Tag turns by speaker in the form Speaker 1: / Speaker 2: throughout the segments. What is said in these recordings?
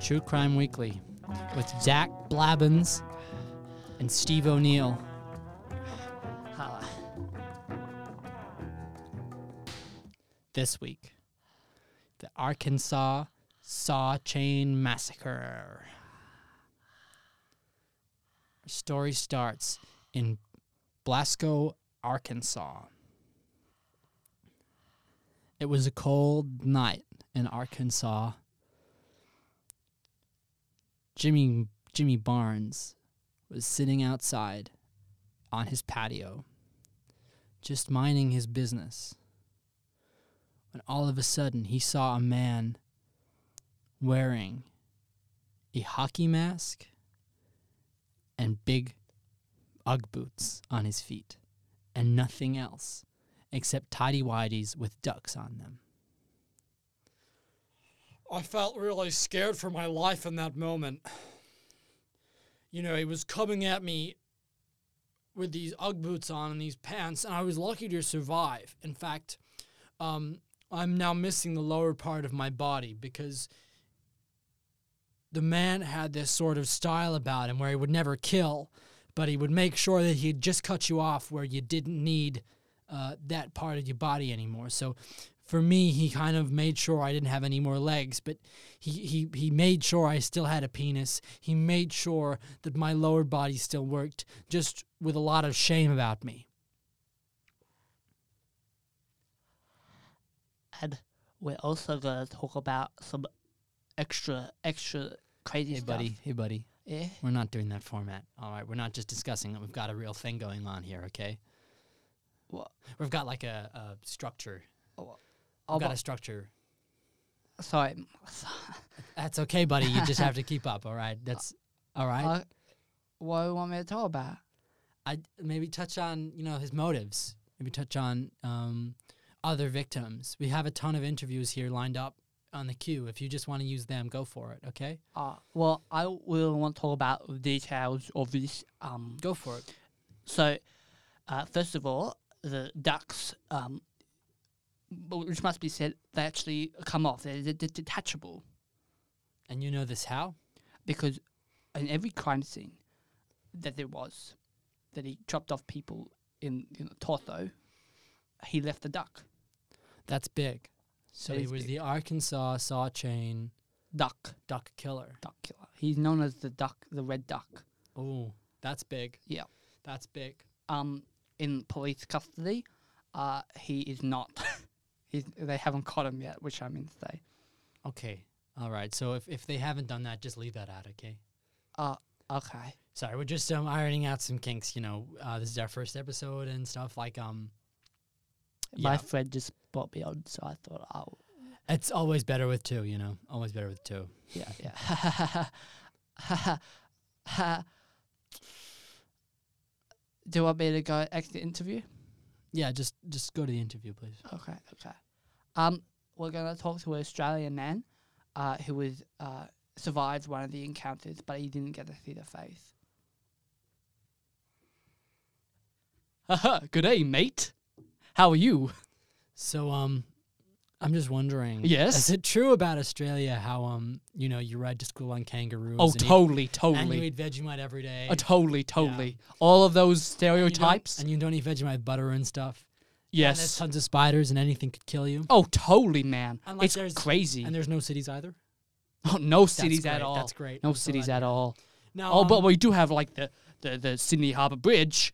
Speaker 1: True Crime Weekly with Zach Blabbins and Steve O'Neill. Holla. This week, the Arkansas Saw Chain Massacre. Our story starts in Blasco, Arkansas. It was a cold night in Arkansas. Jimmy Jimmy Barnes was sitting outside on his patio, just minding his business. When all of a sudden he saw a man wearing a hockey mask and big Ugg boots on his feet and nothing else except tidy whities with ducks on them.
Speaker 2: I felt really scared for my life in that moment. You know, he was coming at me with these Ugg boots on and these pants, and I was lucky to survive. In fact, um, I'm now missing the lower part of my body because the man had this sort of style about him where he would never kill, but he would make sure that he'd just cut you off where you didn't need uh, that part of your body anymore. So for me, he kind of made sure I didn't have any more legs, but he, he, he made sure I still had a penis. He made sure that my lower body still worked, just with a lot of shame about me.
Speaker 3: and we're also gonna talk about some extra extra crazy
Speaker 1: Hey,
Speaker 3: stuff.
Speaker 1: buddy. Hey, buddy.
Speaker 3: Yeah.
Speaker 1: We're not doing that format. All right. We're not just discussing it. We've got a real thing going on here, okay?
Speaker 3: What?
Speaker 1: We've got like a, a structure.
Speaker 3: Oh,
Speaker 1: We've got
Speaker 3: but-
Speaker 1: a structure.
Speaker 3: sorry.
Speaker 1: That's okay, buddy. You just have to keep up. All right. That's all right.
Speaker 3: Uh, what do you want me to talk about?
Speaker 1: I maybe touch on you know his motives. Maybe touch on um, other victims. We have a ton of interviews here lined up on the queue. If you just want to use them, go for it. Okay,
Speaker 3: Uh, well, I will want to talk about the details of this. Um,
Speaker 1: go for it.
Speaker 3: so, uh, first of all, the ducks, um, w- which must be said, they actually come off. They're, they're detachable
Speaker 1: And you know this how?
Speaker 3: because in every crime scene that there was, that he chopped off people in you know, torso, he left the duck.
Speaker 1: That's big. So
Speaker 3: That
Speaker 1: he
Speaker 3: is
Speaker 1: was
Speaker 3: big.
Speaker 1: the Arkansas saw chain
Speaker 3: Duck,
Speaker 1: duck killer.
Speaker 3: duck killer. He's known as the duck, the red duck.
Speaker 1: Oh, that's big.
Speaker 3: Yeah.
Speaker 1: that's big.
Speaker 3: um, in police custody. Uh, he is not. He's, they haven't caught him yet, which I mean to say.
Speaker 1: Okay, all right. So if if they haven't done that, just leave that out. Okay.
Speaker 3: Uh, okay.
Speaker 1: Sorry, we're just um, ironing out some kinks. You know, uh, this is our first episode and stuff like um.
Speaker 3: My
Speaker 1: Yeah.
Speaker 3: friend just brought me on, so I thought, oh,
Speaker 1: It's always better with two, you know. Always better with two.
Speaker 3: yeah, yeah. Do you want me to go exit interview?
Speaker 1: Yeah, just just go to the interview, please.
Speaker 3: Okay, okay. Um, we're going to talk to an Australian man uh, who was uh, survived one of the encounters, but he didn't get to see the face. Good day, mate. How are you?
Speaker 1: So, um, I'm just wondering.
Speaker 3: Yes?
Speaker 1: Is it true about Australia how um you know you ride to school on kangaroos?
Speaker 3: Oh,
Speaker 1: and eat-
Speaker 3: totally,
Speaker 1: And you
Speaker 3: totally.
Speaker 1: eat Vegemite every day.
Speaker 3: Uh, totally, totally. All of those
Speaker 1: And you don't-
Speaker 3: stereotypes.
Speaker 1: And you don't eat Vegemite butter and stuff. And there's
Speaker 3: yes.
Speaker 1: tons of spiders and anything could kill you.
Speaker 3: oh, totally, man.
Speaker 1: And, like,
Speaker 3: it's
Speaker 1: there's-
Speaker 3: crazy.
Speaker 1: And there's no cities either.
Speaker 3: oh, no
Speaker 1: That's
Speaker 3: cities at
Speaker 1: great,
Speaker 3: all.
Speaker 1: That's great.
Speaker 3: No
Speaker 1: I'm so
Speaker 3: cities
Speaker 1: glad
Speaker 3: at
Speaker 1: you-
Speaker 3: all.
Speaker 1: Now,
Speaker 3: Oh, but
Speaker 1: um,
Speaker 3: we do have like the, the, the Sydney Harbour Bridge.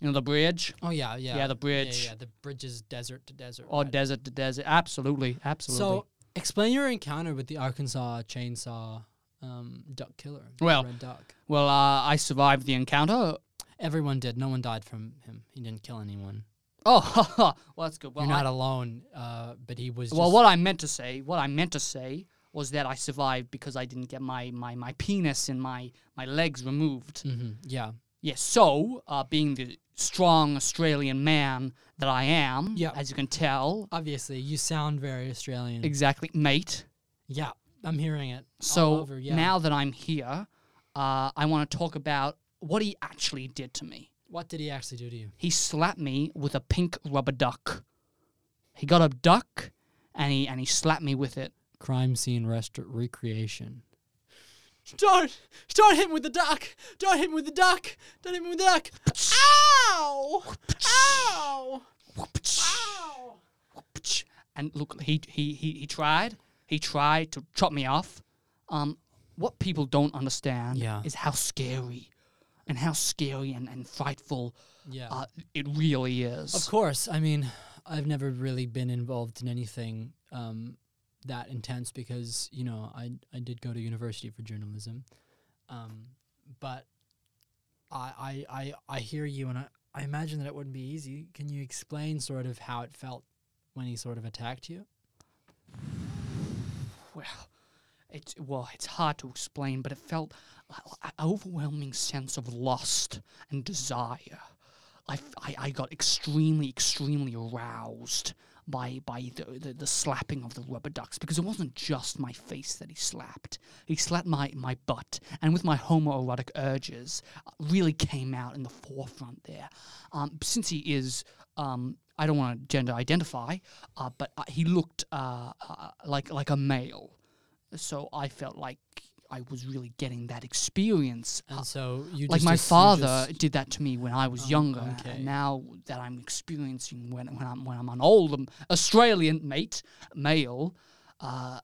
Speaker 3: You know the bridge
Speaker 1: oh yeah, yeah,
Speaker 3: the bridge.
Speaker 1: Yeah, yeah, the bridge is desert to desert.
Speaker 3: or
Speaker 1: right?
Speaker 3: Oh, desert to desert. Absolutely, absolutely.
Speaker 1: Uh, So, explain your encounter with the Arkansas chainsaw um, duck killer. the
Speaker 3: Well-
Speaker 1: red duck.
Speaker 3: well, uh, I survived the encounter.
Speaker 1: Everyone did. No one died from him. He didn't kill anyone.
Speaker 3: Oh, well, that's good. Well,
Speaker 1: You're not
Speaker 3: I,
Speaker 1: alone. Uh, but he was.
Speaker 3: well,
Speaker 1: just-
Speaker 3: what I meant to say, what I meant to say was that I survived because I didn't get my my, my penis and my my legs removed.
Speaker 1: Mhm, yeah.
Speaker 3: Yes. so, uh, being the strong Australian man that I am,
Speaker 1: Yeah.
Speaker 3: as you can tell,
Speaker 1: Obviously, you sound very Australian.
Speaker 3: exactly, mate.
Speaker 1: yeah, I'm hearing it. all
Speaker 3: So
Speaker 1: over, yeah.
Speaker 3: now that I'm here, uh, I want to talk about what he actually did to me.
Speaker 1: what did he actually do to you?
Speaker 3: he slapped me with a pink rubber duck. He got a duck and he and he slapped me with it.
Speaker 1: Crime scene rest recreation.
Speaker 4: Don't! Don't hit him with the duck! Don't hit him with the duck! Don't hit him with the duck! Ow! Ow! Ow!
Speaker 3: and look, he, he, he, he tried. He tried to chop me off. Um, what people don't understand
Speaker 1: Yeah.
Speaker 3: is how scary and how scary and, and frightful
Speaker 1: Yeah.
Speaker 3: uh, it really is.
Speaker 1: Of course. I mean, I've never really been involved in anything um, that intense because you know I I did go to university for journalism, um, but I, I I I hear you and I I imagine that it wouldn't be easy. Can you explain sort of how it felt when he sort of attacked you?
Speaker 3: well, it's well, it's hard to explain, but it felt an overwhelming sense of lust and desire. I, f- I- I got extremely, extremely aroused by by the, the, the slapping of the rubber ducks because it wasn't just my face that he slapped. He slapped my, my butt, and with my homoerotic urges, uh, really came out in the forefront there. Um, since he is, um, I don't want to gender identify, uh, but uh, he looked uh, uh, like like a male, so I felt like I was really getting that experience uh,
Speaker 1: And so you
Speaker 3: like
Speaker 1: just
Speaker 3: my
Speaker 1: ass- you
Speaker 3: father
Speaker 1: just-
Speaker 3: did that to me when I was
Speaker 1: Oh,
Speaker 3: younger,
Speaker 1: okay.
Speaker 3: and now that I'm experiencing when when I'm when I'm an old um, Australian mate male, uh,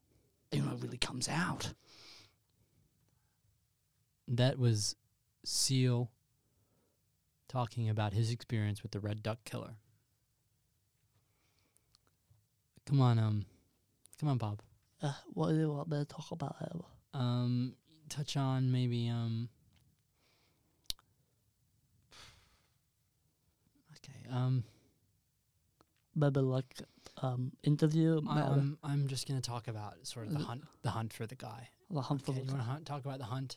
Speaker 3: you know, it really comes out.
Speaker 1: that was Seal talking about his experience with the Red Duck Killer. Come on, um, come on, Bob.
Speaker 3: Uh, what do you want me to talk about?
Speaker 1: Um, touch on maybe um. Okay. Um,
Speaker 3: Maybe like um, interview.
Speaker 1: I, I'm I'm just gonna talk about sort of the
Speaker 3: Uh,
Speaker 1: hunt, the hunt for the guy.
Speaker 3: the
Speaker 1: Okay, you want to hunt, talk about the hunt?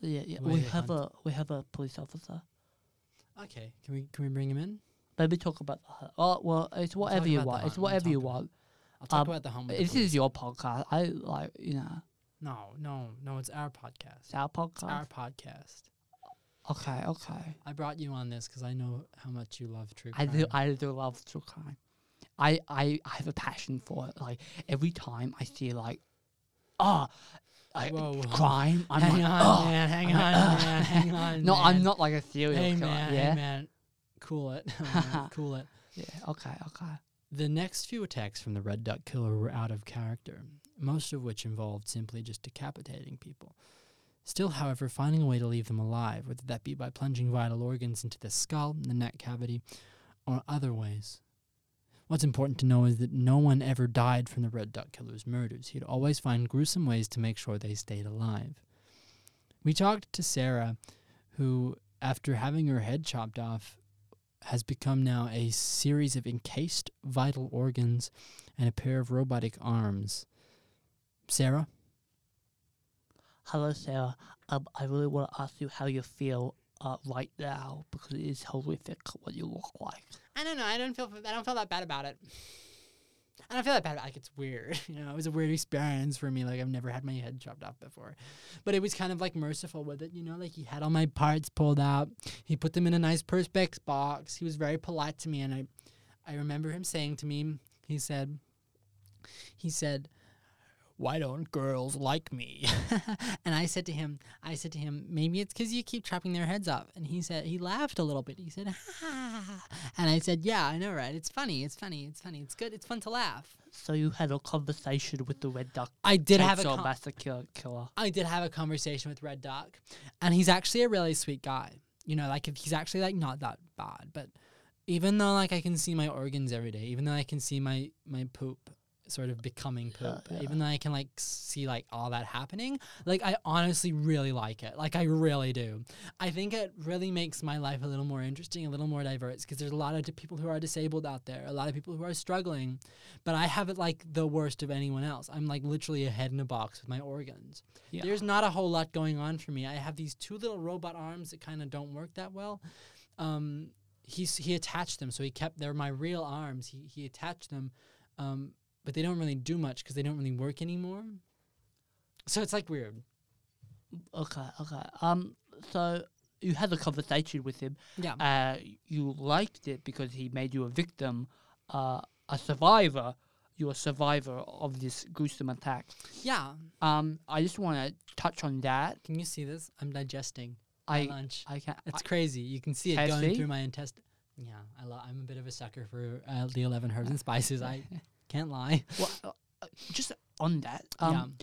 Speaker 3: Yeah, yeah.
Speaker 1: the way we they have
Speaker 3: a we have a police officer.
Speaker 1: Okay. Can we can we bring him in?
Speaker 3: Maybe talk about the. Oh well, it's
Speaker 1: We'll talk whatever you about the want, hunt, it's we'll whatever you talk about- I'll talk
Speaker 3: Um,
Speaker 1: about the home. with the
Speaker 3: This
Speaker 1: police.
Speaker 3: is your podcast. I like you know
Speaker 1: No, no, no. It's our podcast.
Speaker 3: it's our
Speaker 1: It's our podcast.
Speaker 3: podcast. okay, okay.
Speaker 1: I brought you on this because I know how much you love true
Speaker 3: I
Speaker 1: crime.
Speaker 3: do. I do love true crime. I, I I have a passion for it. Like every time I see like, ah, I
Speaker 1: Whoa, whoa.
Speaker 3: crime. I'm
Speaker 1: hang
Speaker 3: like,
Speaker 1: on,
Speaker 3: "Ugh."
Speaker 1: man. Hang
Speaker 3: Oh. I'm
Speaker 1: on,
Speaker 3: like, "Ugh."
Speaker 1: man. Hang on.
Speaker 3: No,
Speaker 1: man.
Speaker 3: I'm not like a serial
Speaker 1: Hey,
Speaker 3: killer.
Speaker 1: man.
Speaker 3: yeah,
Speaker 1: Hey, man. Cool it. cool it.
Speaker 3: yeah. Okay, okay.
Speaker 1: The next few attacks from the Red Duck Killer were out of character, most of which involved simply just decapitating people. Still, however, finding a way to leave them alive, whether that be by plunging vital organs into the skull, the neck cavity, or other ways. What's important to know is that no one ever died from the Red Duck Killer's murders. He'd always find gruesome ways to make sure they stayed alive. We talked to Sarah, who, after having her head chopped off, has become now a series of encased vital organs and a pair of robotic arms. Sarah?
Speaker 3: Hello, Sarah. Um, I really want to ask you how you feel uh, right now because it is horrific what you look like.
Speaker 4: I don't know. I don't feel. I don't feel that bad about it.
Speaker 1: I don't feel that bad. Like it's weird, you know. It was a weird experience for me. Like I've never had my head chopped off before, but it was kind of like merciful with it, you know. Like he had all my parts pulled out. He put them in a nice perspex box. He was very polite to me, and I, I remember him saying to me, he said, he said, "Why don't girls like me?" and I said to him, I said to him, maybe it's because you keep chopping their heads off. And he said, he laughed a little bit. He said, "Ha!" and I said, yeah, I know, right? It's funny. It's funny. It's funny. It's good. It's fun to laugh.
Speaker 3: So you had a conversation with the red duck.
Speaker 1: I did have a
Speaker 3: Chainsaw
Speaker 1: con-
Speaker 3: massacre killer.
Speaker 1: I did have a conversation with Red Duck, and he's actually a really sweet guy. You know, like if he's actually like not that bad, but even though like I can see my organs every day, even though I can see my my poop sort of becoming
Speaker 3: Yeah,
Speaker 1: poop,
Speaker 3: yeah.
Speaker 1: even though I can like see like all that happening, like I honestly really like it. Like I really do. I think it really makes my life a little more interesting, a little more diverse because there's a lot of di- people who are disabled out there, a lot of people who are struggling, but I have it like the worst of anyone else. I'm like literally a head in a box with my organs.
Speaker 3: Yeah.
Speaker 1: There's not a whole lot going on for me. I have these two little robot arms that kind of don't work that well. Um, he's, he attached them, so he kept they're my real arms. He he attached them, um, but they don't really do much because they don't really work anymore. So it's like weird.
Speaker 3: Okay, okay. Um, so you had a conversation with him.
Speaker 1: Yeah.
Speaker 3: Uh, you liked it because he made you a victim, uh, a survivor,
Speaker 5: you're a survivor of this gruesome attack.
Speaker 1: Yeah.
Speaker 5: Um, I just want to touch on that.
Speaker 1: Can you see this? I'm digesting my
Speaker 5: I
Speaker 1: lunch.
Speaker 5: I can't.
Speaker 1: It's crazy. You can see it going
Speaker 5: Tasty?
Speaker 1: through my intestine. Yeah, I lo- I'm a bit of a sucker for uh, the 11 herbs and spices. I can't lie.
Speaker 5: well, uh, uh, just on that. Um,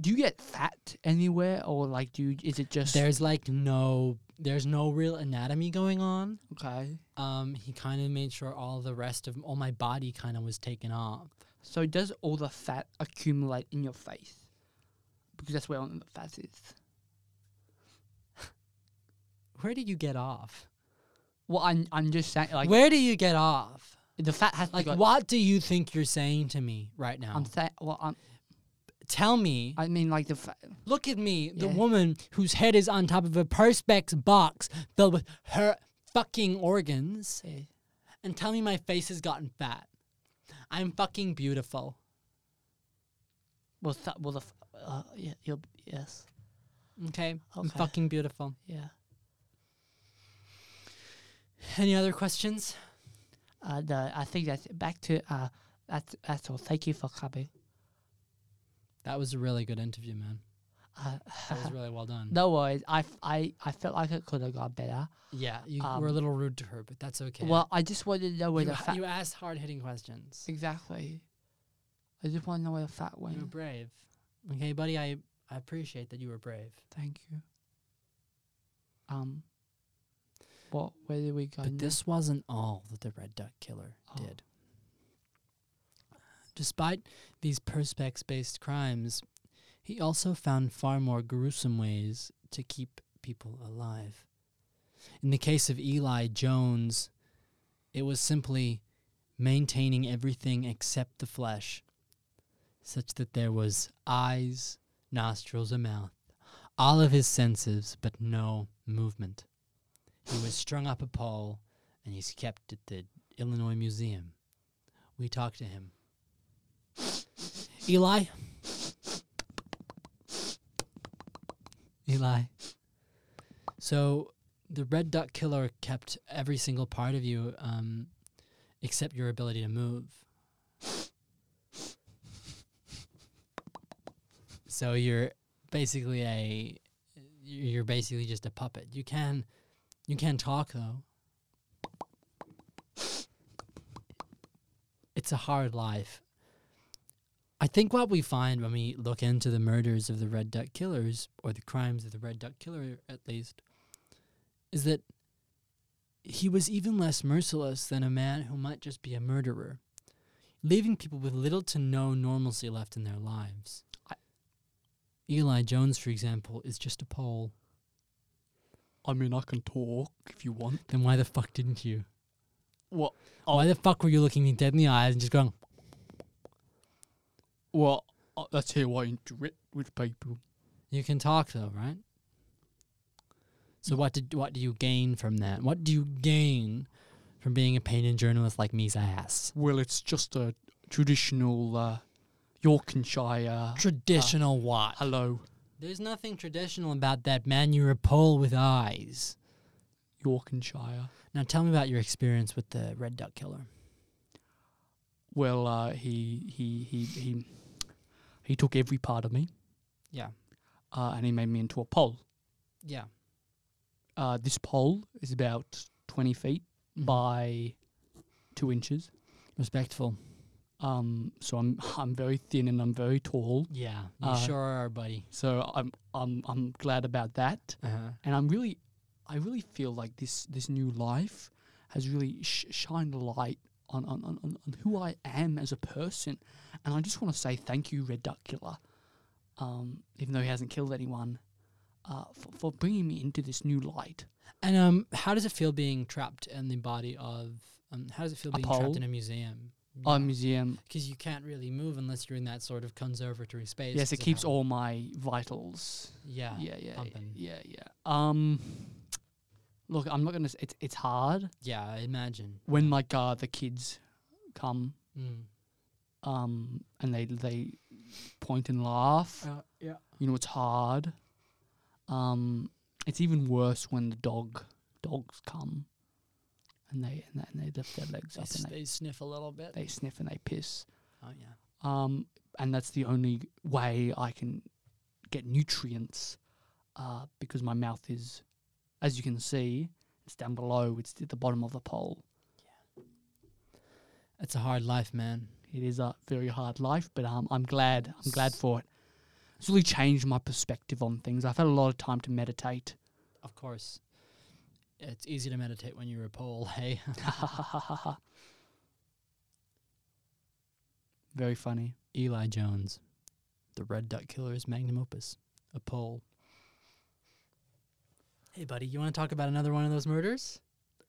Speaker 5: do you get fat anywhere, or like, do you, is it
Speaker 1: yeah.
Speaker 5: just
Speaker 1: There's like no there's no real anatomy going on.
Speaker 5: okay?
Speaker 1: Um, he kind of made sure all the rest of all my body kind of was taken off.
Speaker 5: So does all the fat accumulate in your face? Because that's where all the fat is.
Speaker 1: Where do you get off?
Speaker 5: Well, I'm, I'm just saying, like,
Speaker 1: Where do you get off?
Speaker 5: the fat has
Speaker 1: Like,
Speaker 5: to go.
Speaker 1: what do you think you're saying to me right now?
Speaker 5: I'm saying, well, I'm,
Speaker 1: Tell me.
Speaker 5: I mean, like the fat.
Speaker 1: Look at me, the
Speaker 5: Yeah.
Speaker 1: woman whose head is on top of a Perspex box filled with her fucking organs,
Speaker 5: eh,
Speaker 1: and tell me my face has gotten fat. I'm fucking beautiful.
Speaker 5: Well, that, well, the, f- uh, yeah, you'll, yes,
Speaker 1: Okay? I'm
Speaker 5: Okay.
Speaker 1: fucking beautiful.
Speaker 5: yeah.
Speaker 1: Any other questions?
Speaker 5: Uh, no, I think that's back to uh, that's that's all. Thank you for coming.
Speaker 1: That was a really good interview, man.
Speaker 5: Uh,
Speaker 1: That was really well done.
Speaker 5: no worries. I, f- I, I felt like it could have gone better.
Speaker 1: Yeah, you
Speaker 5: Um,
Speaker 1: were a little rude to her, but that's okay.
Speaker 5: Well, I just wanted to know where
Speaker 1: you,
Speaker 5: the
Speaker 1: ha-
Speaker 5: fat.
Speaker 1: you asked hard hitting questions.
Speaker 5: exactly. I just want to know where the fat went.
Speaker 1: You were brave. Okay, buddy, I, I appreciate that you were brave.
Speaker 5: Thank you. Um. What? Where did we go?
Speaker 1: But
Speaker 5: now?
Speaker 1: this wasn't all that the Red Duck Killer
Speaker 5: Oh.
Speaker 1: did. Despite these perspex based crimes, he also found far more gruesome ways to keep people alive. In the case of Eli Jones, it was simply maintaining everything except the flesh, such that there was eyes, nostrils, and mouth, all of his senses, but no movement. He was strung up a pole and he's kept at the Illinois Museum. We talked to him. Eli? Eli. So the Red Duck Killer kept every single part of you um, except your ability to move. So you're basically a you're basically just a puppet. You can you can talk though. It's a hard life. I think what we find when we look into the murders of the Red Duck Killers, or the crimes of the Red Duck Killer at least, is that he was even less merciless than a man who might just be a murderer, leaving people with little to no normalcy left in their lives.
Speaker 5: I-
Speaker 1: Eli Jones, for example, is just a pole.
Speaker 5: I mean, I can talk if you want. Oh.
Speaker 1: Then why the fuck didn't you?
Speaker 5: Well,
Speaker 1: Why the fuck were you looking me dead in the eyes and just going,
Speaker 5: well, uh, that's how I interact with people.
Speaker 1: You can talk though, right? So what did what do you gain from that? What do you gain from being a painted journalist like me's ass?
Speaker 5: Well, it's just a traditional uh, Yorkshire.
Speaker 1: Traditional what?
Speaker 5: Uh, hello,
Speaker 1: There's nothing traditional about that man. You're a pole with eyes.
Speaker 5: Yorkshire.
Speaker 1: Now tell me about your experience with the Red Duck Killer.
Speaker 5: Well, uh, he he he he he took every part of me,
Speaker 1: Yeah,
Speaker 5: uh, and he made me into a pole.
Speaker 1: yeah,
Speaker 5: Uh, this pole is about twenty feet
Speaker 1: Mhm.
Speaker 5: by two inches.
Speaker 1: respectful.
Speaker 5: Um, so I'm I'm very thin and I'm very tall.
Speaker 1: Yeah, you
Speaker 5: Uh,
Speaker 1: sure are, buddy.
Speaker 5: So I'm I'm I'm glad about that.
Speaker 1: Uh-huh.
Speaker 5: and I'm really, I really feel like this this new life has really sh- shined a light on on, on on on who I am as a person, and I just want to say thank you, Red Duck Killer, um, even though he hasn't killed anyone, uh, for, for bringing me into this new light.
Speaker 1: And um, how does it feel being trapped in the body of? Um, how does it feel
Speaker 5: A
Speaker 1: being
Speaker 5: pole?
Speaker 1: trapped in a museum?
Speaker 5: Our museum,
Speaker 1: because you can't really move unless you're in that sort of conservatory space.
Speaker 5: yes, it
Speaker 1: 'cause of
Speaker 5: keeps
Speaker 1: how-
Speaker 5: all my vitals.
Speaker 1: Yeah,
Speaker 5: Yeah, yeah, yeah,
Speaker 1: pumping.
Speaker 5: yeah, yeah. Um, look, I'm not gonna. s- It's it's hard
Speaker 1: yeah. I imagine.
Speaker 5: when like uh the kids come
Speaker 1: Mm.
Speaker 5: um, and they they point and laugh.
Speaker 1: Uh, yeah.
Speaker 5: You know, it's hard. Um, it's even worse when the dog dogs come, and they and they, and they lift their legs
Speaker 1: They,
Speaker 5: up
Speaker 1: s-
Speaker 5: and they,
Speaker 1: they sniff a little bit.
Speaker 5: they sniff and they piss.
Speaker 3: Oh yeah.
Speaker 5: um, and that's the only way I can get nutrients uh, because my mouth is, as you can see, it's down below. It's at the bottom of the pole.
Speaker 3: It's a hard life, man.
Speaker 5: It is a very hard life, but um, I'm glad. I'm glad for it. It's really changed my perspective on things. I've had a lot of time to meditate.
Speaker 3: Of course. It's easy to meditate when you're a pole, hey?
Speaker 5: very funny.
Speaker 3: Eli Jones, the Red Duck Killer's magnum opus, a pole. Hey, buddy, you want to talk about another one of those murders?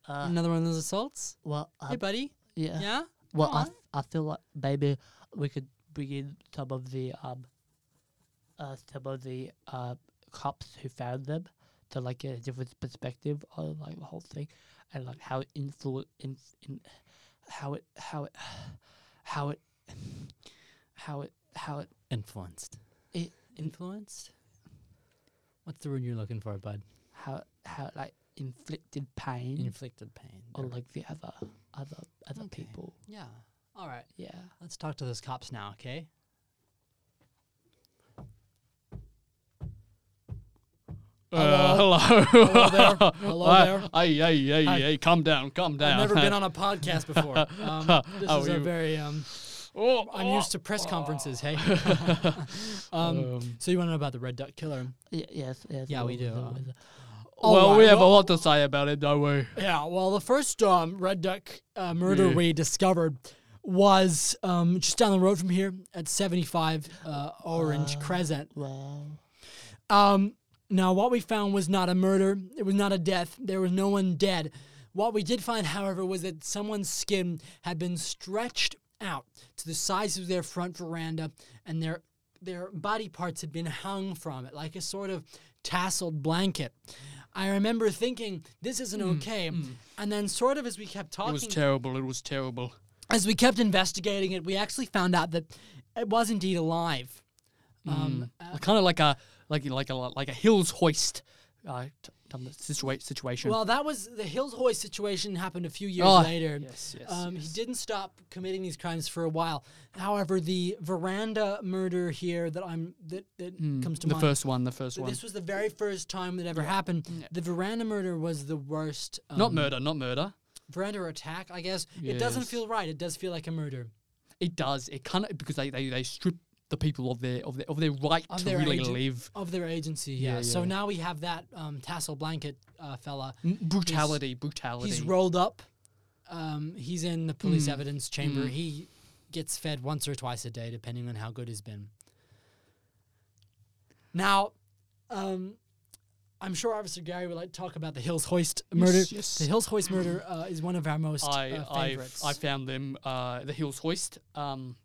Speaker 5: Uh,
Speaker 3: another one of those assaults?
Speaker 5: well,
Speaker 1: uh,
Speaker 5: uh,
Speaker 3: hey, buddy.
Speaker 5: yeah.
Speaker 3: Yeah?
Speaker 5: Well,
Speaker 3: Go
Speaker 5: I,
Speaker 3: on.
Speaker 5: f- I feel like maybe we could bring in some of the um, uh, some of the uh, cops who found them to like get a different perspective on like the whole thing, and like how it influ- in, in how it how it how it how it how it
Speaker 3: Influenced.
Speaker 5: I-
Speaker 3: Influenced? What's the word you're looking for, bud?
Speaker 5: how it, how it, like inflicted pain
Speaker 3: Inflicted pain.
Speaker 5: on
Speaker 3: There-
Speaker 5: like the other other other
Speaker 3: Okay.
Speaker 5: people.
Speaker 3: Oh, yeah. All right.
Speaker 5: Yeah.
Speaker 3: Let's talk to those cops now, okay?
Speaker 1: Hello?
Speaker 5: Uh, hello.
Speaker 1: Hello there. Hello
Speaker 5: Why-
Speaker 1: there.
Speaker 5: Hey, hey, hey,
Speaker 1: Hi.
Speaker 5: hey, calm down, calm down.
Speaker 1: I've never been on a podcast before. Um, this
Speaker 5: Oh,
Speaker 1: is a
Speaker 5: you-
Speaker 1: very. Um,
Speaker 5: Oh,
Speaker 1: I'm used to press conferences. Hey. um, so you want to know about the Red Duck Killer?
Speaker 5: yes, yes.
Speaker 3: Yeah, we
Speaker 5: well,
Speaker 3: do,
Speaker 5: well,
Speaker 3: um,
Speaker 5: well.
Speaker 1: All
Speaker 5: oh, well,
Speaker 1: right,
Speaker 5: we have
Speaker 1: well-
Speaker 5: a lot to say about it, don't we?
Speaker 1: Yeah, well, the first um, Red Duck uh, murder
Speaker 5: Yeah.
Speaker 1: we discovered was um, just down the road from here at 75 uh,
Speaker 5: Ah.
Speaker 1: Orange Crescent.
Speaker 5: Wow.
Speaker 1: Um, now, what we found was not a murder, it was not a death, there was no one dead. What we did find, however, was that someone's skin had been stretched out to the size of their front veranda and their their body parts had been hung from it like a sort of tasseled blanket. I remember thinking this isn't okay. And then sort of as we kept
Speaker 5: Mm, It
Speaker 1: talking
Speaker 5: was terrible. It was terrible.
Speaker 1: as we kept investigating it, we actually found out that it was indeed alive. Um,
Speaker 5: kind of like a like like a like a hills hoist uh, t- kind of situa- situation.
Speaker 1: Well, that was the Hills Hoy situation happened a few years
Speaker 5: Oh,
Speaker 1: later.
Speaker 5: yes, yes,
Speaker 1: Um, He didn't stop committing these crimes for a while. However, the veranda murder here that I'm that, that comes to
Speaker 5: Hmm. the
Speaker 1: mind.
Speaker 5: first one, the first one.
Speaker 1: this was the very first time that ever happened. The veranda murder was the worst. Um,
Speaker 5: not murder, not murder.
Speaker 1: veranda attack, I guess. It doesn't
Speaker 5: Yes.
Speaker 1: feel right. It does feel like a murder.
Speaker 5: It does. It kind of because they, they they strip the people of their of their of their right
Speaker 1: Of
Speaker 5: to
Speaker 1: their
Speaker 5: really
Speaker 1: agent-
Speaker 5: live.
Speaker 1: Of their agency, yeah.
Speaker 5: Yeah,
Speaker 1: So
Speaker 5: yeah.
Speaker 1: now we have that um, tassel blanket uh, fella.
Speaker 5: M- Brutality, brutality.
Speaker 1: He's rolled up. Um, he's in the police
Speaker 5: Mm.
Speaker 1: evidence chamber. He gets fed once or twice a day, depending on how good he's been. Now, um, I'm sure Officer Gary would like to talk about the Hills Hoist murder.
Speaker 5: yes.
Speaker 1: The Hills Hoist murder uh, is one of our most
Speaker 5: I
Speaker 1: uh,
Speaker 5: I
Speaker 1: favorites.
Speaker 5: I found them uh, the Hills Hoist um,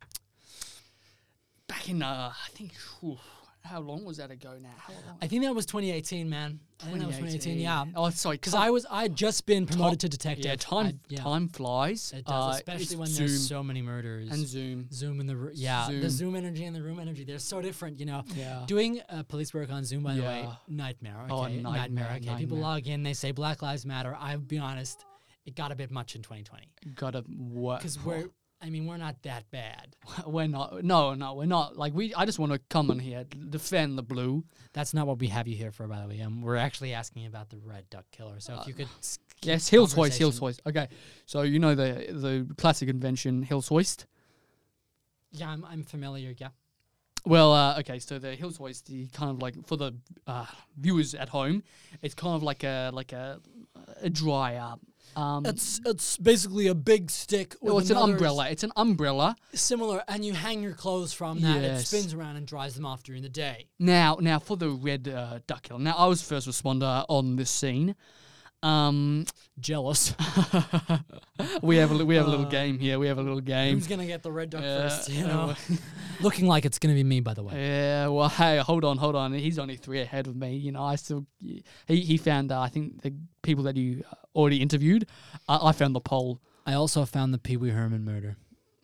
Speaker 5: back in uh, I think whew, how long was that ago now? How long?
Speaker 1: I think that was 2018, man. I think that was 2018, yeah.
Speaker 5: Oh, sorry,
Speaker 1: Because I was I had just been promoted to detective.
Speaker 5: yeah, time
Speaker 1: I- yeah,
Speaker 5: time flies.
Speaker 1: It
Speaker 5: uh,
Speaker 1: does, especially
Speaker 5: it's
Speaker 1: when
Speaker 5: Zoom
Speaker 1: there's so many murders.
Speaker 5: and Zoom.
Speaker 1: Zoom in the ro- yeah, the
Speaker 5: Zoom.
Speaker 1: Zoom energy and the room energy. They're so different, you know.
Speaker 5: Yeah.
Speaker 1: Doing uh, police work on Zoom, by the way,
Speaker 5: Yeah.
Speaker 1: nightmare. Okay?
Speaker 5: Oh,
Speaker 1: nightmare.
Speaker 5: nightmare,
Speaker 1: Okay, people
Speaker 5: nightmare.
Speaker 1: log in, they say Black Lives Matter. I'll be honest, it got a bit much in 2020
Speaker 5: Gotta work.
Speaker 1: because we're. I mean, we're not that bad.
Speaker 5: we're not. No, no, we're not. Like we. I just want to come in here defend the blue.
Speaker 1: That's not what we have you here for, by the way. Um, we're actually asking about the Red Duck Killer. So if you could, s- keep
Speaker 5: Yes,
Speaker 1: the
Speaker 5: Hills Hoist, Hills
Speaker 1: conversation-
Speaker 5: Hoist. Okay, so you know the the classic invention, Hills Hoist.
Speaker 1: Yeah, I'm, I'm familiar. Yeah.
Speaker 5: Well, uh, okay, so the Hills Hoist, the kind of like for the uh, viewers at home, it's kind of like a like a, a dryer. Um,
Speaker 1: It's it's basically a big stick.
Speaker 5: well, it's an umbrella. It's an umbrella.
Speaker 1: Similar, and you hang your clothes from that. It
Speaker 5: Yes.
Speaker 1: spins around and dries them off during the day.
Speaker 5: Now, now for the red uh, duck hill. Now, I was first responder on this scene. Um,
Speaker 1: Jealous.
Speaker 5: we have a li- we have a little game here. We have a little game.
Speaker 1: Uh. Who's gonna get the red duck
Speaker 5: Yeah,
Speaker 1: first? You
Speaker 5: uh,
Speaker 1: know, looking like it's gonna be me. By the way,
Speaker 5: Yeah, well, hey, hold on, hold on. He's only three ahead of me. You know, I still. He, he found, uh, I think, the people that you uh, already interviewed. uh, I I found the poll.
Speaker 3: I also found the Pee Wee Herman murder.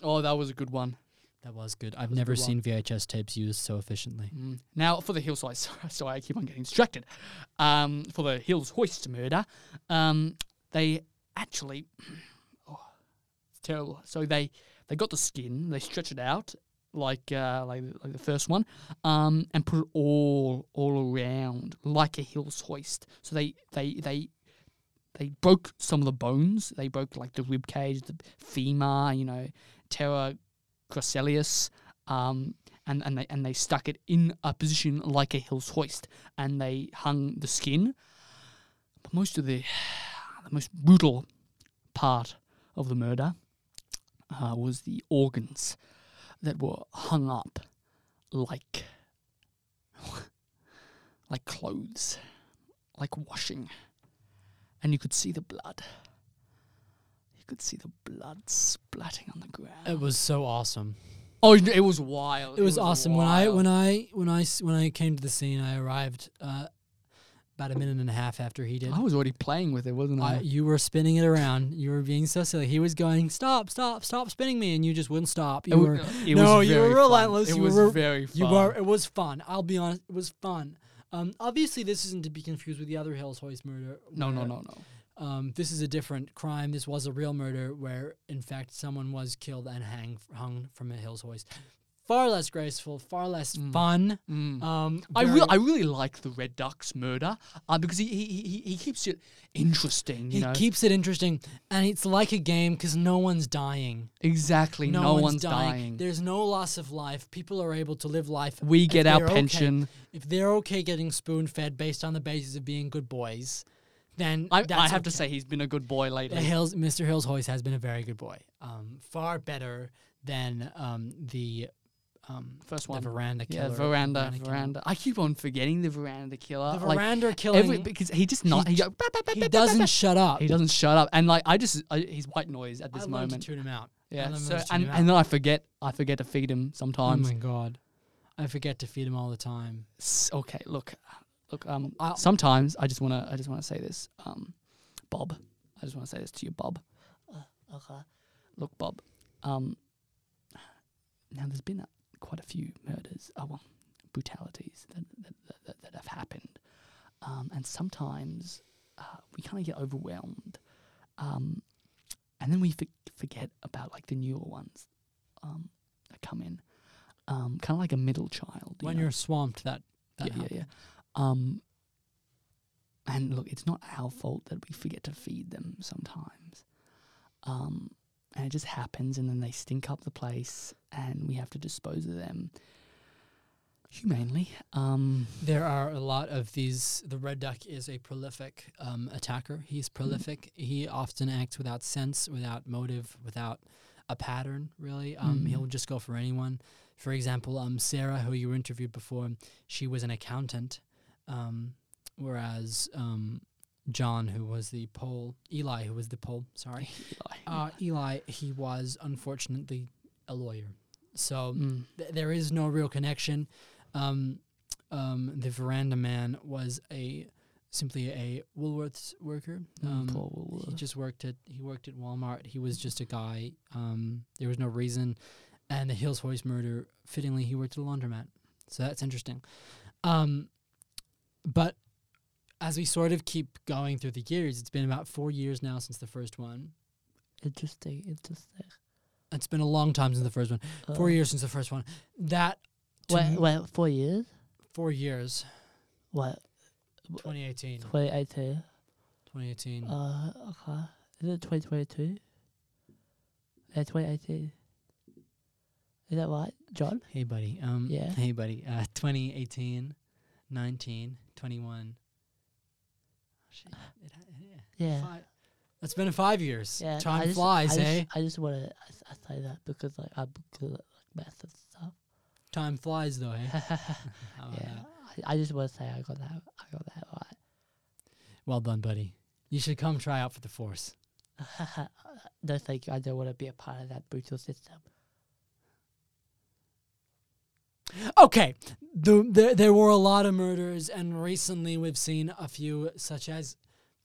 Speaker 5: Oh, that was a good one.
Speaker 3: That was good. I've
Speaker 5: a
Speaker 3: never
Speaker 5: good one.
Speaker 3: seen VHS tapes used so efficiently.
Speaker 5: Mm. Now, for the hillside. Sorry, sorry I keep on getting distracted. Um, for the Hills Hoist murder, um, they actually. Oh, it's terrible. So they They got the skin, they stretch it out like uh, like like the first one, um, and put it all all around like a hill's hoist. So they they they they broke some of the bones. They broke like the rib cage, the femur, you know, terra crucellus, um, and and they and they stuck it in a position like a hill's hoist, and they hung the skin. But most of the the most brutal part of the murder uh, was the organs that were hung up like like clothes, like washing and you could see the blood. You could see the blood splatting on the ground.
Speaker 1: It was so awesome.
Speaker 5: oh, it was wild.
Speaker 1: It was awesome. When I when I when I s- when I came to the scene, I arrived uh, about a minute and a half after he did.
Speaker 5: I was already playing with it, wasn't
Speaker 1: I,
Speaker 5: I?
Speaker 1: you were spinning it around. You were being so silly. He was going, "Stop! Stop! Stop spinning me!" And you just wouldn't stop. You
Speaker 5: w-
Speaker 1: were
Speaker 5: it
Speaker 1: no,
Speaker 5: was
Speaker 1: you were
Speaker 5: very fun.
Speaker 1: relentless.
Speaker 5: It
Speaker 1: you
Speaker 5: was
Speaker 1: were
Speaker 5: very
Speaker 1: You
Speaker 5: fun.
Speaker 1: were. It was fun. I'll be honest. It was fun. Um, obviously, this isn't to be confused with the other Hills Hoist murder.
Speaker 5: no, no,
Speaker 1: where,
Speaker 5: no, no.
Speaker 1: Um, this is a different crime. This was a real murder where, in fact, someone was killed and hang, hung from a Hills Hoist. Far less graceful. Far less
Speaker 5: Mm.
Speaker 1: fun. Um,
Speaker 5: I
Speaker 1: very-
Speaker 5: really, I really like the Red Duck's murder uh, because he, he he he keeps it interesting. You
Speaker 1: He
Speaker 5: know
Speaker 1: keeps it interesting, and it's like a game because no one's dying.
Speaker 5: exactly. No,
Speaker 1: No,
Speaker 5: one's, dying.
Speaker 1: There's no loss of life. People are able to live life.
Speaker 5: We
Speaker 1: if
Speaker 5: get our
Speaker 1: they're okay-
Speaker 5: pension.
Speaker 1: If they're okay getting spoon fed based on the basis of being good boys, then
Speaker 5: I,
Speaker 1: that's
Speaker 5: I have to
Speaker 1: okay.
Speaker 5: say he's been a good boy
Speaker 1: The
Speaker 5: lately.
Speaker 1: Hills, Mr. Hills Hoyce has been a very good boy. Um, far better than um, the um,
Speaker 5: First
Speaker 1: the
Speaker 5: one.
Speaker 1: veranda killer.
Speaker 5: yeah, veranda,
Speaker 1: killer.
Speaker 5: veranda. I keep on forgetting the veranda killer.
Speaker 1: The
Speaker 5: Like,
Speaker 1: veranda killing.
Speaker 5: every because he just not he,
Speaker 1: j-
Speaker 5: go, "Bah, bah, bah,
Speaker 1: he
Speaker 5: bah, bah, bah."
Speaker 1: doesn't shut up.
Speaker 5: he doesn't shut up and like I just I, he's white noise at
Speaker 1: I
Speaker 5: this
Speaker 1: learned
Speaker 5: moment
Speaker 1: to tune him out. I
Speaker 5: yeah
Speaker 1: learned
Speaker 5: so
Speaker 1: to tune
Speaker 5: and,
Speaker 1: him out.
Speaker 5: and then I forget I forget to feed him sometimes
Speaker 1: Oh my god, I forget to feed him all the time.
Speaker 5: S- okay look look um
Speaker 1: I'll-
Speaker 5: sometimes I just want to I just want to say this um Bob I just want to say this to you Bob uh, okay. look Bob um now there's been uh quite a few murders oh well brutalities that that, that, that, that have happened um, and sometimes uh, we kind of get overwhelmed um, and then we for- forget about like the newer ones um, that come in um, kind of like a middle child you
Speaker 1: When
Speaker 5: know?
Speaker 1: you're swamped, that, that
Speaker 5: uh, yeah, yeah, yeah. Um, and look, it's not our fault that we forget to feed them sometimes. Um, and it just happens, and then they stink up the place, and we have to dispose of them humanely. Um,
Speaker 1: There are a lot of these. The red duck is a prolific um, attacker. He's prolific. He often acts without sense, without motive, without a pattern, really. Um,
Speaker 5: Mm.
Speaker 1: He'll just go for anyone. For example, um, Sarah, who you interviewed before, she was an accountant, um, whereas um, John, who was the pole, Eli, who was the pole, sorry, uh, Eli, he was unfortunately a lawyer. So
Speaker 5: Mm.
Speaker 1: th- there is no real connection. Um, um, the veranda man was a simply a Woolworths worker.
Speaker 3: Mm,
Speaker 1: Um,
Speaker 5: mm, Poor Woolworth.
Speaker 1: He just worked at he worked at Walmart. He was just a guy. Um, there was no reason. And the Hills Hoist murder, fittingly, he worked at a laundromat. So that's interesting. Um, but as we sort of keep going through the years, it's been about four years now since the first one.
Speaker 5: Interesting, interesting.
Speaker 1: It's been a long time since the first one.
Speaker 3: Uh.
Speaker 1: Four years since the first one. That to me-
Speaker 5: wait, uh, four years?
Speaker 1: four years.
Speaker 5: What?
Speaker 1: 2018.
Speaker 5: 2018?
Speaker 1: 2018.
Speaker 5: Uh, okay. Is it 2022? Uh, 2018. Is that right, John?
Speaker 1: hey, buddy. Um,
Speaker 5: yeah.
Speaker 1: Hey, buddy. Uh, 2018, 19, 21. Oh, Shit, it ha- yeah.
Speaker 3: Yeah.
Speaker 1: Five. That's been five years.
Speaker 3: Yeah,
Speaker 1: Time
Speaker 3: I just-
Speaker 1: flies,
Speaker 3: I
Speaker 1: eh?
Speaker 3: Just, I just want to I, s- I say that because like I'm good at like math and stuff.
Speaker 1: Time flies, though, eh? How about
Speaker 3: yeah,
Speaker 1: that?
Speaker 3: Oh, I, I just want to say I got that. I got that
Speaker 1: Well done, buddy. You should come try out for the force.
Speaker 3: right. no, thank you. I don't want to be a part of that brutal system.
Speaker 1: Okay. The, there, there were a lot of murders, and recently we've seen a few, such as,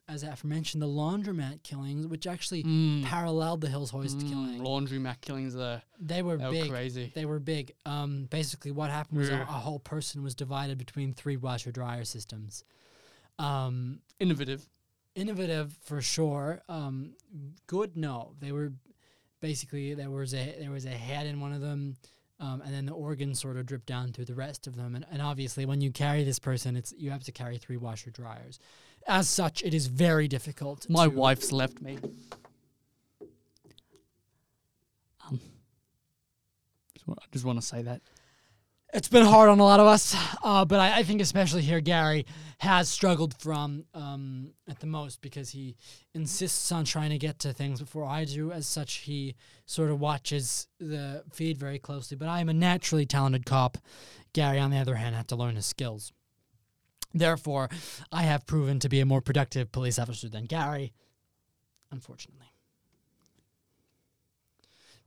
Speaker 1: as aforementioned, the laundromat killings, which actually
Speaker 3: Mm.
Speaker 1: paralleled the Hills Hoist killing.
Speaker 3: Oh,
Speaker 5: Laundry mat Mm. killings are
Speaker 1: They were
Speaker 5: they were
Speaker 1: big.
Speaker 5: crazy.
Speaker 1: They were big. Um, basically, what happened was a,
Speaker 5: Yeah.
Speaker 1: a whole person was divided between three washer dryer systems. Um,
Speaker 5: Innovative.
Speaker 1: innovative for sure. Um, good, no. They were basically there was a there was a head in one of them, um, and then the organs sort of dripped down through the rest of them. And, and obviously, when you carry this person, it's you have to carry three washer dryers. As such, it is very difficult.
Speaker 5: My
Speaker 1: to-
Speaker 5: wife's left me. Um, just wa- I just want to say that.
Speaker 1: It's been hard on a lot of us, uh, but I, I think especially here, Gary has struggled from um, at the most because he insists on trying to get to things before I do. As such, he sort of watches the feed very closely. But I am a naturally talented cop. Gary, on the other hand, had to learn his skills. Therefore, I have proven to be a more productive police officer than Gary, unfortunately.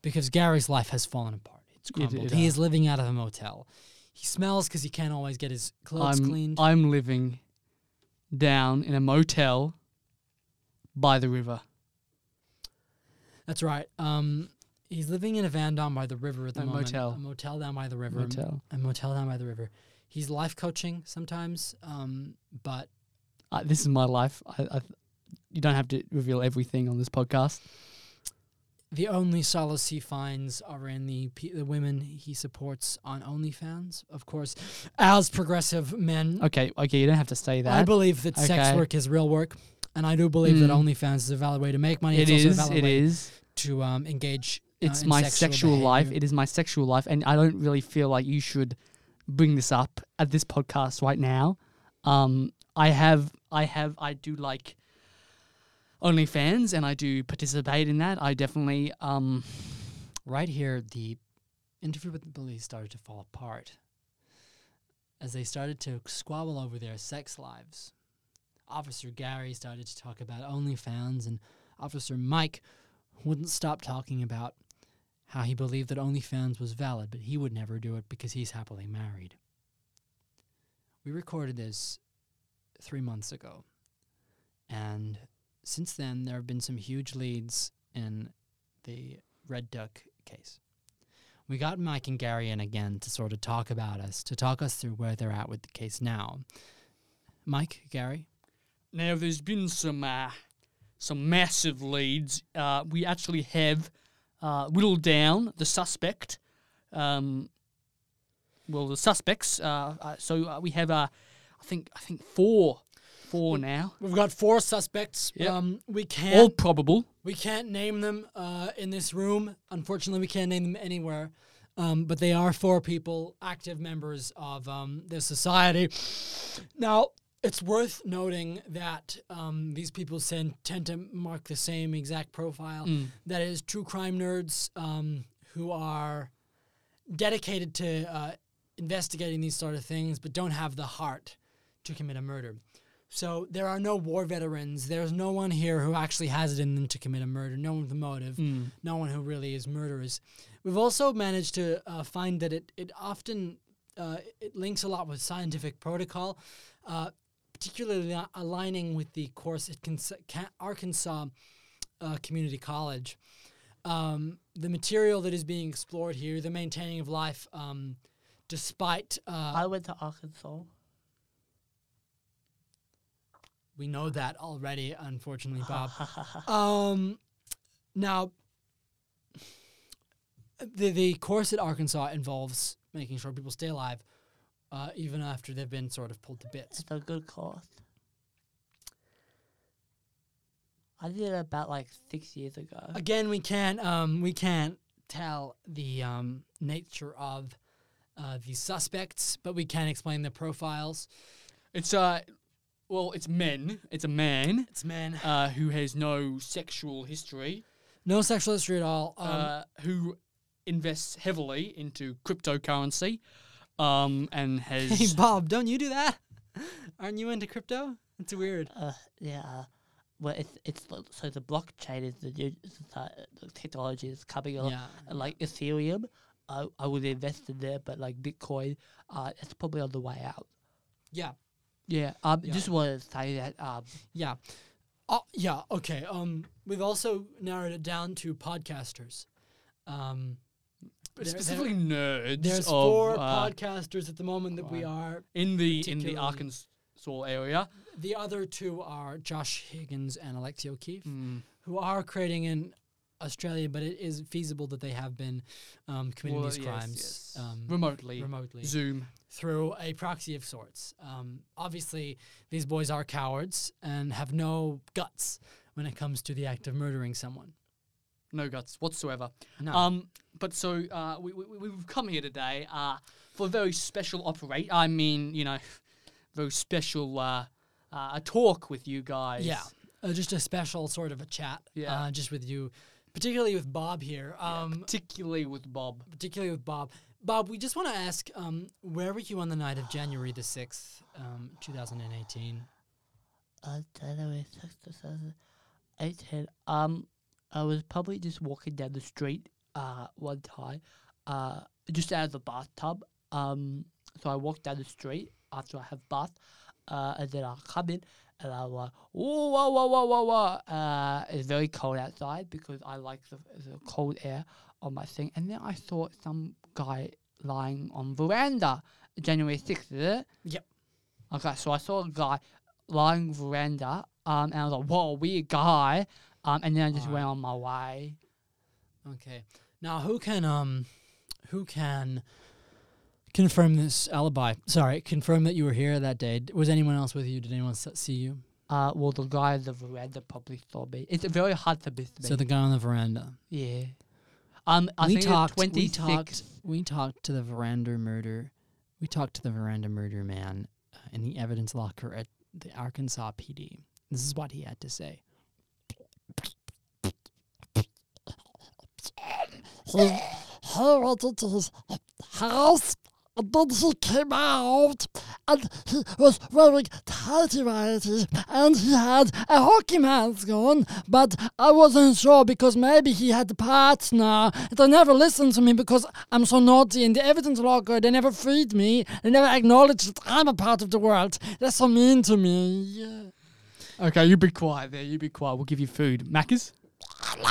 Speaker 1: Because Gary's life has fallen apart. It's
Speaker 5: It- it
Speaker 1: crumbled. he
Speaker 5: has.
Speaker 1: is living out of a motel. He smells because he can't always get his clothes
Speaker 5: I'm,
Speaker 1: cleaned.
Speaker 5: I'm living down in a motel by the river.
Speaker 1: That's right. Um, he's living in a van down by the river at the
Speaker 5: A
Speaker 1: moment.
Speaker 5: motel.
Speaker 1: A motel down by the river.
Speaker 5: Motel.
Speaker 1: A motel down by the river. He's life coaching sometimes, um, but
Speaker 5: I, this is my life. I, I, you don't have to reveal everything on this podcast.
Speaker 1: the only solace he finds are in the pe- the women he supports on OnlyFans. Of course, as progressive men,
Speaker 5: Okay, okay, you don't have to say
Speaker 1: I
Speaker 5: that.
Speaker 1: believe that sex
Speaker 5: Okay.
Speaker 1: work is real work, and I do believe that
Speaker 5: Mm.
Speaker 1: OnlyFans is a valid way to make money.
Speaker 5: It
Speaker 1: it's
Speaker 5: is.
Speaker 1: also a valid
Speaker 5: It
Speaker 1: way
Speaker 5: is.
Speaker 1: to um, engage. uh,
Speaker 5: It's
Speaker 1: in
Speaker 5: my
Speaker 1: sexual,
Speaker 5: sexual life.
Speaker 1: behavior.
Speaker 5: It is my sexual life, and I don't really feel like you should bring this up at this podcast right now. Um, I have, I have, I do like OnlyFans, and I do participate in that. I definitely, um,
Speaker 1: Right here, the interview with the police started to fall apart as they started to squabble over their sex lives. Officer Gary started to talk about OnlyFans, and Officer Mike wouldn't stop talking about how he believed that OnlyFans was valid, but he would never do it because he's happily married. We recorded this three months ago, and since then, there have been some huge leads in the Red Duck case. We got Mike and Gary in again to sort of talk about us, to talk us through where they're at with the case now. Mike, Gary,
Speaker 5: now there's been some, uh, some massive leads. Uh, we actually have uh, whittled down the suspect. Um, well, the suspects. Uh, uh, so uh, we have, uh, I think, I think four, four now.
Speaker 6: We've got four suspects.
Speaker 5: Yep.
Speaker 6: Um, we can't
Speaker 5: All probable.
Speaker 6: we can't name them uh, in this room. Unfortunately, we can't name them anywhere. Um, but they are four people, active members of um, the society. Now, it's worth noting that um, these people send, tend to mark the same exact profile. That is, true crime nerds um, who are dedicated to uh, investigating these sort of things, but don't have the heart to commit a murder. So there are no war veterans. There's no one here who actually has it in them to commit a murder. No one with a motive. No one who really is murderers. We've also managed to uh, find that it it often uh, it links a lot with scientific protocol, uh, particularly a- aligning with the course at Cons- Ca- Arkansas uh, Community College. Um, the material that is being explored here, the maintaining of life, um, despite uh,
Speaker 3: I went to Arkansas.
Speaker 6: We know that already, unfortunately, Bob. um, now, the the course at Arkansas involves making sure people stay alive, uh, even after they've been sort of pulled to bits.
Speaker 3: It's a good course. I did it about like six years ago.
Speaker 6: Again, we can't um, we can't tell the um, nature of uh, the suspects, but we can explain their profiles.
Speaker 5: It's uh, well, it's men. It's a man
Speaker 6: It's men,
Speaker 5: uh, who has no sexual history,
Speaker 6: no sexual history at all. Um,
Speaker 5: uh, who invests heavily into cryptocurrency, um, and
Speaker 6: hey,
Speaker 5: has
Speaker 6: Bob, don't you do that? Aren't you into crypto? It's weird.
Speaker 3: Uh, yeah. uh, Well, it's it's like- so the blockchain is the new society, the technology that's coming along.
Speaker 6: Yeah.
Speaker 3: And, Like Ethereum, I I would invest in there, but like Bitcoin, uh, it's probably on the way out.
Speaker 6: Yeah.
Speaker 3: Yeah. Um,
Speaker 6: Yeah.
Speaker 3: just want to say that. Um,
Speaker 6: Yeah. Uh, yeah, okay. Um we've also narrowed it down to podcasters. Um there-
Speaker 5: specifically nerds.
Speaker 6: there's
Speaker 5: of,
Speaker 6: four
Speaker 5: uh,
Speaker 6: podcasters at the moment that we are.
Speaker 5: in the in the
Speaker 6: particularly-
Speaker 5: Arkansas area. Hmm.
Speaker 6: The other two are Josh Higgins and Alexi O'Keefe, who are creating an
Speaker 1: Australia, but it is feasible that they have been um, committing
Speaker 5: Well,
Speaker 1: these
Speaker 5: yes,
Speaker 1: crimes
Speaker 5: yes.
Speaker 1: Um,
Speaker 5: remotely.
Speaker 1: remotely
Speaker 5: Zoom.
Speaker 1: through a proxy of sorts. Um, obviously, these boys are cowards and have no guts when it comes to the act of murdering someone.
Speaker 5: No guts whatsoever.
Speaker 1: No.
Speaker 5: Um, but so uh, we, we, we- we've come here today uh, for a very special operate. I mean, you know, very special uh, uh, a talk with you guys.
Speaker 1: yeah, uh, just a special sort of a chat.
Speaker 5: Yeah.
Speaker 1: uh, just with you, particularly with Bob here. Um,
Speaker 5: Particularly with Bob.
Speaker 1: particularly with Bob. Bob, we just want to ask, um, where were you on the night of January the sixth, um, two thousand and eighteen?
Speaker 3: on January 6th, 2018, um, I was probably just walking down the street uh, one time, uh, just out of the bathtub. Um, so I walked down the street after I have bath, uh, and then I come in and I'm like, whoa, whoa, whoa, whoa, whoa, whoa. Uh, it's very cold outside because I like the, the cold air on my thing. And then I saw some guy lying on veranda, January 6th, is it?
Speaker 1: Yep.
Speaker 3: Okay, so I saw a guy lying veranda, um, and I was like, "Whoa, weird guy," um, and then I just
Speaker 1: Alright.
Speaker 3: went on my way.
Speaker 1: Okay. Now, who can um, who can confirm this alibi? Sorry, confirm that you were here that day. D- Was anyone else with you? Did anyone s- see you?
Speaker 3: Uh, well, the guy at the veranda probably saw me. It's very hard to miss me.
Speaker 1: So the guy on the veranda.
Speaker 3: yeah. Um, I
Speaker 1: we
Speaker 3: think
Speaker 1: talked.
Speaker 3: Twenty
Speaker 1: We talked. We talked to the veranda murder. We talked to the veranda murder man uh, in the evidence locker at the Arkansas PD. This is what he had to say.
Speaker 7: He, he went into his house and then he came out and he was wearing tidy whities and he had a hockey mask on, but I wasn't sure because maybe he had a partner. They never listened to me because I'm so naughty in the evidence locker. They never freed me. They never acknowledged that I'm a part of the world. They're so mean to me.
Speaker 5: Okay, you be quiet there. You be quiet. We'll give you food. Macca's? okay,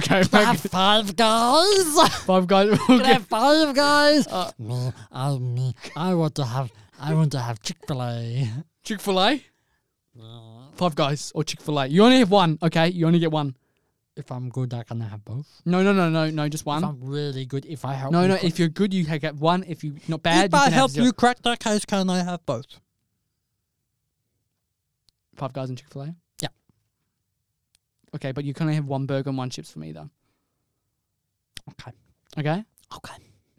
Speaker 7: Can I have
Speaker 5: Macca's.
Speaker 7: five guys?
Speaker 5: Five guys.
Speaker 7: Can I have five guys?
Speaker 1: Uh,
Speaker 7: me, I, me, I want to have, I want to have Chick Fil A.
Speaker 5: Chick fil A? Five guys or Chick fil A. You only have one, okay? You only get one.
Speaker 7: If I'm good, I can have both.
Speaker 5: No, no, no, no, no, just
Speaker 1: Um,
Speaker 7: If
Speaker 5: one.
Speaker 7: I'm really good, if I help,
Speaker 5: No,
Speaker 7: you
Speaker 5: no,
Speaker 7: crack-
Speaker 5: if you're good, you ha- get one. If you're not bad,
Speaker 7: if
Speaker 5: you
Speaker 7: I
Speaker 5: can
Speaker 7: help
Speaker 5: have zero.
Speaker 7: you crack that case, can I have both?
Speaker 5: Five guys and Chick fil A?
Speaker 7: Yeah.
Speaker 5: Okay, but you can only have one burger and one chips for me, though.
Speaker 7: Okay.
Speaker 5: Okay?
Speaker 7: Okay,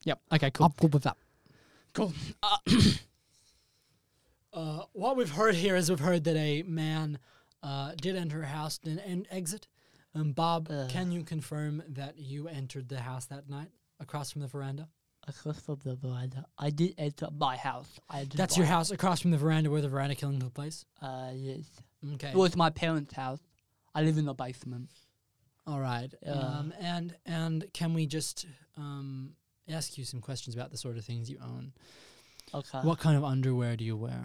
Speaker 5: Yep. Okay, cool.
Speaker 7: I'm good with that.
Speaker 1: Uh, what we've heard here is we've heard that a man uh, did enter a house and, and exit. Um, Bob,
Speaker 3: Uh.
Speaker 1: can you confirm that you entered the house that night across from the veranda?
Speaker 3: Across from the veranda, I did enter my house. I entered
Speaker 1: That's
Speaker 3: my
Speaker 1: your house across from the veranda where the veranda killing took place.
Speaker 3: Uh, yes.
Speaker 1: Okay.
Speaker 3: It was my parents' house. I live in the basement.
Speaker 1: All right.
Speaker 3: Yeah.
Speaker 1: Um, and and can we just um, ask you some questions about the sort of things you own?
Speaker 3: Okay.
Speaker 1: what kind of underwear do you wear?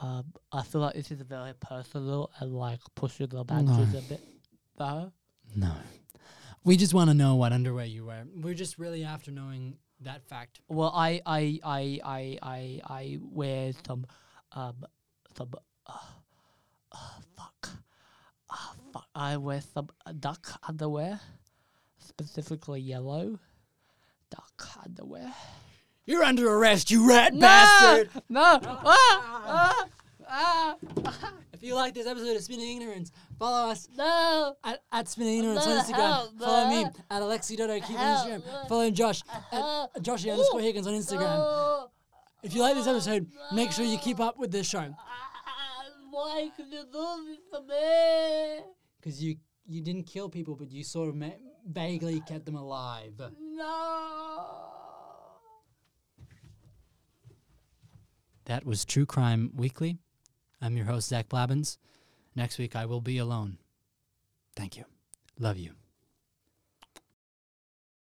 Speaker 3: Um, I feel like this is very personal and like pushing the boundaries a bit. No.
Speaker 1: No. We just want to know what underwear you wear. We're just really after knowing that fact.
Speaker 3: Well, I I I I I, I wear some um some uh, uh fuck uh, fuck I wear some uh, duck underwear, specifically yellow duck underwear.
Speaker 1: You're under arrest, you rat
Speaker 3: No!
Speaker 1: bastard!
Speaker 3: No. Ah! Ah! Ah!
Speaker 1: If you like this episode of Spinning Ignorance, follow us
Speaker 3: No.
Speaker 1: at, at Spinning Ignorance on
Speaker 3: Help,
Speaker 1: Instagram. follow me
Speaker 3: help.
Speaker 1: at alexi.iq on
Speaker 3: Help.
Speaker 1: Instagram. Follow Josh at
Speaker 3: Help.
Speaker 1: Josh underscore Higgins on Instagram.
Speaker 3: No.
Speaker 1: If you like this episode, make sure you keep up with this show.
Speaker 3: Ah, Why could you do this to me?
Speaker 1: Because you, you didn't kill people, but you sort of ma- vaguely kept them alive.
Speaker 3: No.
Speaker 1: That was True Crime Weekly. I'm your host, Zach Blabbins. Next week, I will be alone. Thank you. Love you.